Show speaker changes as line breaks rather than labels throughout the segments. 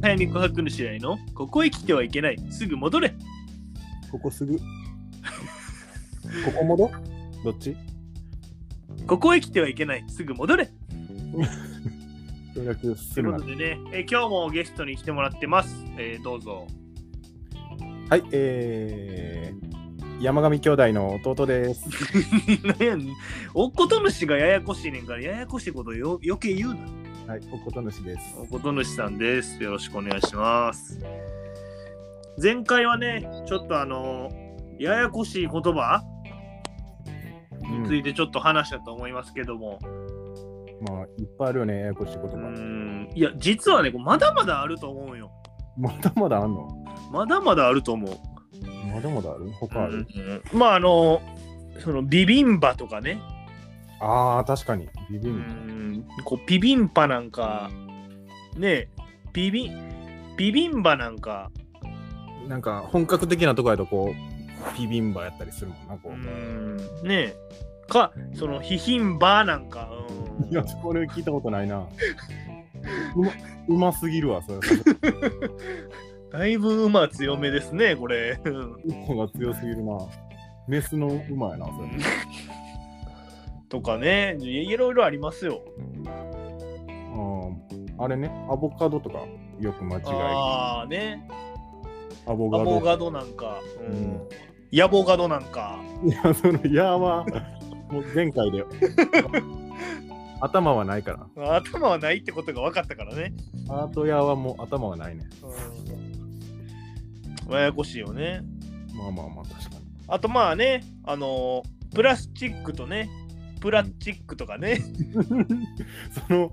早見琥珀主愛のここへ来てはいけないすぐ戻れ
ここすぐ。ここもどどっち
ここへ来てはいけないすぐ戻れ
協力す
という
る
こ
な
と。でね、え今日もゲストに来てもらってます、えーどう ぞ
はい、えー、山上兄弟の弟です。
なんやねんおこと主がややこしいねんからややこしいことよ余計言うな
はい、おことぬしです。
おこと主さんですよろしくお願いします前回はねちょっとあのややこしい言葉
うん
についてちょっと話したと思いますけども、
まあ、いっぱいあるよね、ややこしいこと
う
が。
んいや実はねこうまだまだあると思うよ
まだまだあんの
まだまだあると思う、
まだまだある他ある、
うんまああのそのビビンバとかね、
ああ、確かに。ビビ
う
ンバ。
ん、こうビビンパなんかねビビビビンバなんか
なんか、本格的なとこやと、こう、ビビンバやったりするもんな、こ
う
う。
んねかそのヒヒンバなんか、うん
いや、これ聞いたことないな。うまうますぎるわ、それ。
だいぶ馬強めですね、これ。 うん
馬が強すぎるな。メスの馬やな、それ。
とかね、いいろいろありますよ。
うんあれね、アボカドとかよく間違える。
ああね、
アボ
ア
ガ
ボ
ド。
ガドなんか、う
うん
ん、ヤボガドなんか、
いや、その、い やは、もう前回で。 頭はないから。
頭はないってことが分かったからね。
アートやはもう頭はないね。
うん、ややこしいよね。
まあまあまあ、確かに。
あとまあね、あのープラスチックとね、プラチックとかね、
その、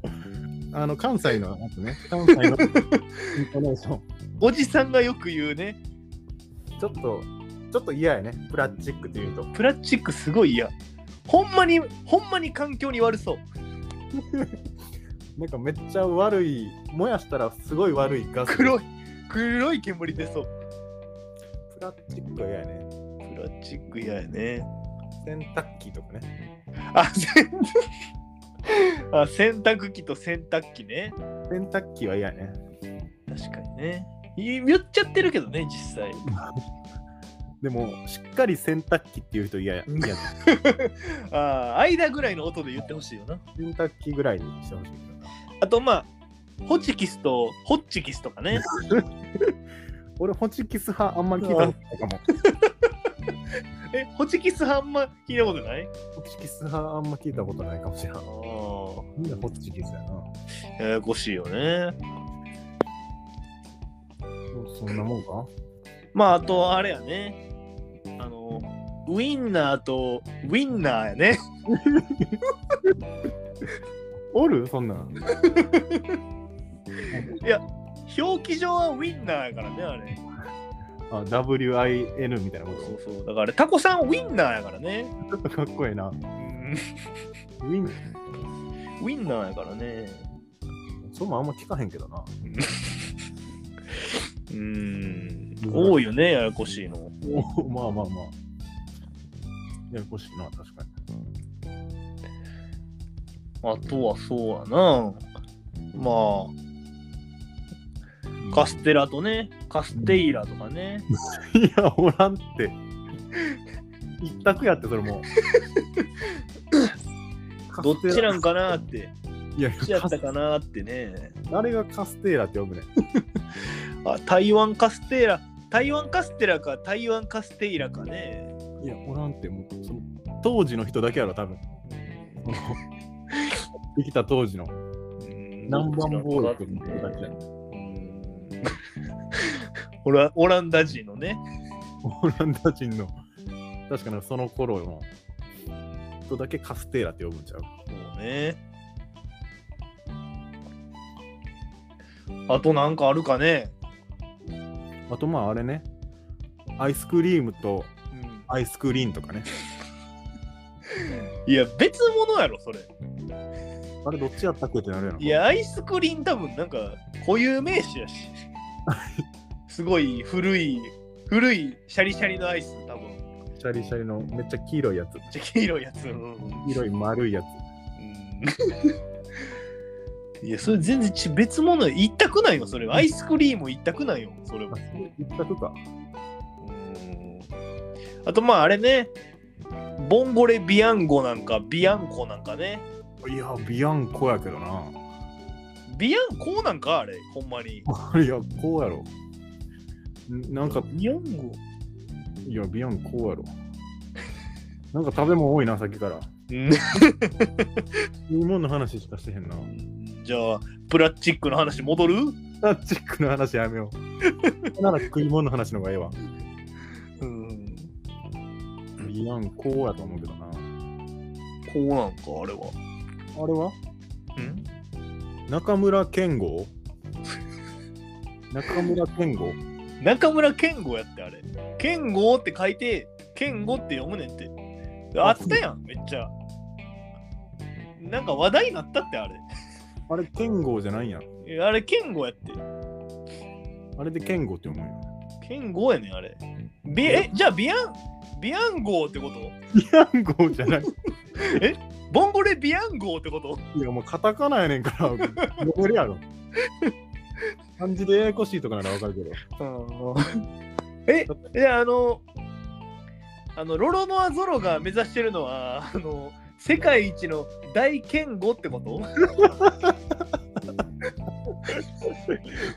あの、関西のやつね。関西のイ ントネーション。
おじさんがよく言うね、
ちょっと、ちょっと嫌やね。プラスチックって言うと。
プラチックすごい嫌。ほんまに、ほんまに環境に悪そう。
なんかめっちゃ悪い、燃やしたらすごい悪いガス。
黒い、黒い煙出そう。
プラスチックは嫌やね。
プラチック嫌やね。
洗濯機とかね。
あ、せん あ洗濯機と洗濯機ね。
洗濯機は嫌やね。
確かにね。い言っちゃってるけどね、実際。
でも、しっかり洗濯機っていう人嫌や。嫌や
あー間ぐらいの音で言ってほしいよな。
洗濯機ぐらいにしてほしいけどな。
あと、まあ、ホチキスとホッチキスとかね。
俺、ホチキス派あんまり聞いたことないかも。
え、ホチキスはあんま聞いたことない
ホチキス派あんま聞いたことないかもしれない。
あ
みんなホチキスやな。
あ、ややこしいよね。
そうそんなもんか
まあ、あと、あれやね。あの、ウィンナーとウィンナーやね。
おるそん なん。
表記上はウィンナーやからね、あれ。
あ、WIN みたいなこ
そうそう。だからあれ、タコさんウィンナーやからね。
と。ちょっとかっこええな。ウィン、
ウィンナーやからね。
そうもあんま聞かへんけどな。
うーん
難しい
多いよね、ややこしいの。
おまあまあまあ。ややこしいな、確かに。
あとはそうやな。まあ、カステラとね、カステイラとかね。
いや、おらんって。一択やって、それも う。
どっち
カ
なんかなって、
ステラいや
どっちやったかなってね。
誰がカステーラって呼ぶねん。
あ、台湾カステイラ、台湾カステラか台湾カステイラかね。
いや、おらんって、もうその当時の人だけやろ、多分。 できた当時の。南蛮ボールの人だけやろ。
うんオラオランダ人のね。
オランダ人の。確かにその頃の人だけカステーラって呼ぶんちゃう。
そうね。あとなんかあるかね。
あと、まあ、あれね。アイスクリームと
うん
アイスクリーンとかね。
いや、別物やろ、それ。
あれ、どっちやったっけってなるやろ。
いや、アイスクリーン多分なんか固有名詞 やし。すごい古い、古いシャリシャリのアイス、多分。め
シャリシャリのめっちゃ黄色いやつ。
っちゃ黄色いやつ。うん
黄色い丸いやつ。
うん いや、それ全然ち別物一択なんよ、それは。アイスクリーム一択なんよ、それは
あ。それ一択か。
うんあと、まあ、あれね、ボンゴレビアンゴなんか、ビアンコなんかね。
いや、ビアンコやけどな。
ビアンコなんか、あれ、ほんまに。
いや、こうやろ。んなんか、
ビアンゴ
いや、ビアンこう やろ。なんか食べ物多いな、さっきから。
うん
日本の話しかしてへんな。
じゃあ、プラスチックの話戻る
プラスチックの話やめよう。なら食い物の話の方がええわ。
うん。
ビアンこうやと思うけどな。
こうなんか、あれは。
あれは
うん
中村健 吾中村健吾
中村健吾やってあれ。健吾って書いて、健吾って読むねんって。あったやん、めっちゃ。なんか話題になったってあれ。
あれ健吾じゃないやん。
えあれ、健吾やって。
あれで健吾って思うよ。
健吾やねん、あれ。ビえ、じゃあ、ビアン、ビアン号ってこと
ビ アンゴじゃない。
ボンゴレビアン号ってこと
いやもうカタカナやね んから、読めるやろ。漢字でややこしいとかならわかるけど。
え、じゃあ、あの、あの、ロロノアゾロが目指してるのは、あの、世界一の大健吾ってこと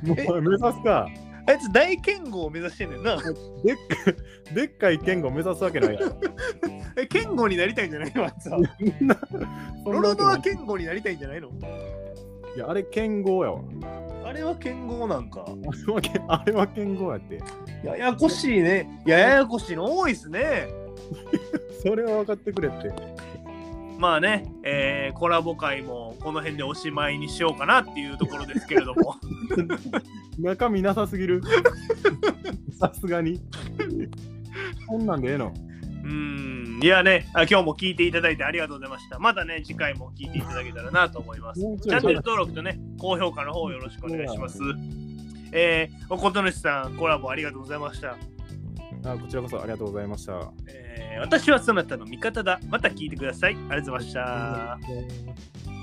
も
え
う目指すか。
あいつ大健吾を目指してんねんな。
でっかでっかい健吾目指すわけないやろ。
え、健吾になりたいんじゃないのあいつは。
そんな そ
ロ
んな
ロ
わけ
ノはい健
な
吾になりたいんじゃないの
いやあれ健吾やわ。
あれは健吾なんか。
あれは健あれは健吾やって。
ややこしいね。ややこしいの多いっすね。
それは分かってくれって。
まあね、えーコラボ会もこの辺でおしまいにしようかなっていうところですけれど も。
中身なさす ぎる。さすがに。こんなんでええの。
うん、いやねあ、今日も聞いていただいてありがとうございました。またね、次回も聞いていただけたらなと思います。チ
もうちょい
ャンネル登録とね、高評価の方よろしくお願いします。えー、おことぬしさん、コラボありがとうございました。
あこちらこそありがとうございました。
えー私はそなたの味方だ。また聞いてください。ありがとうございました。
うん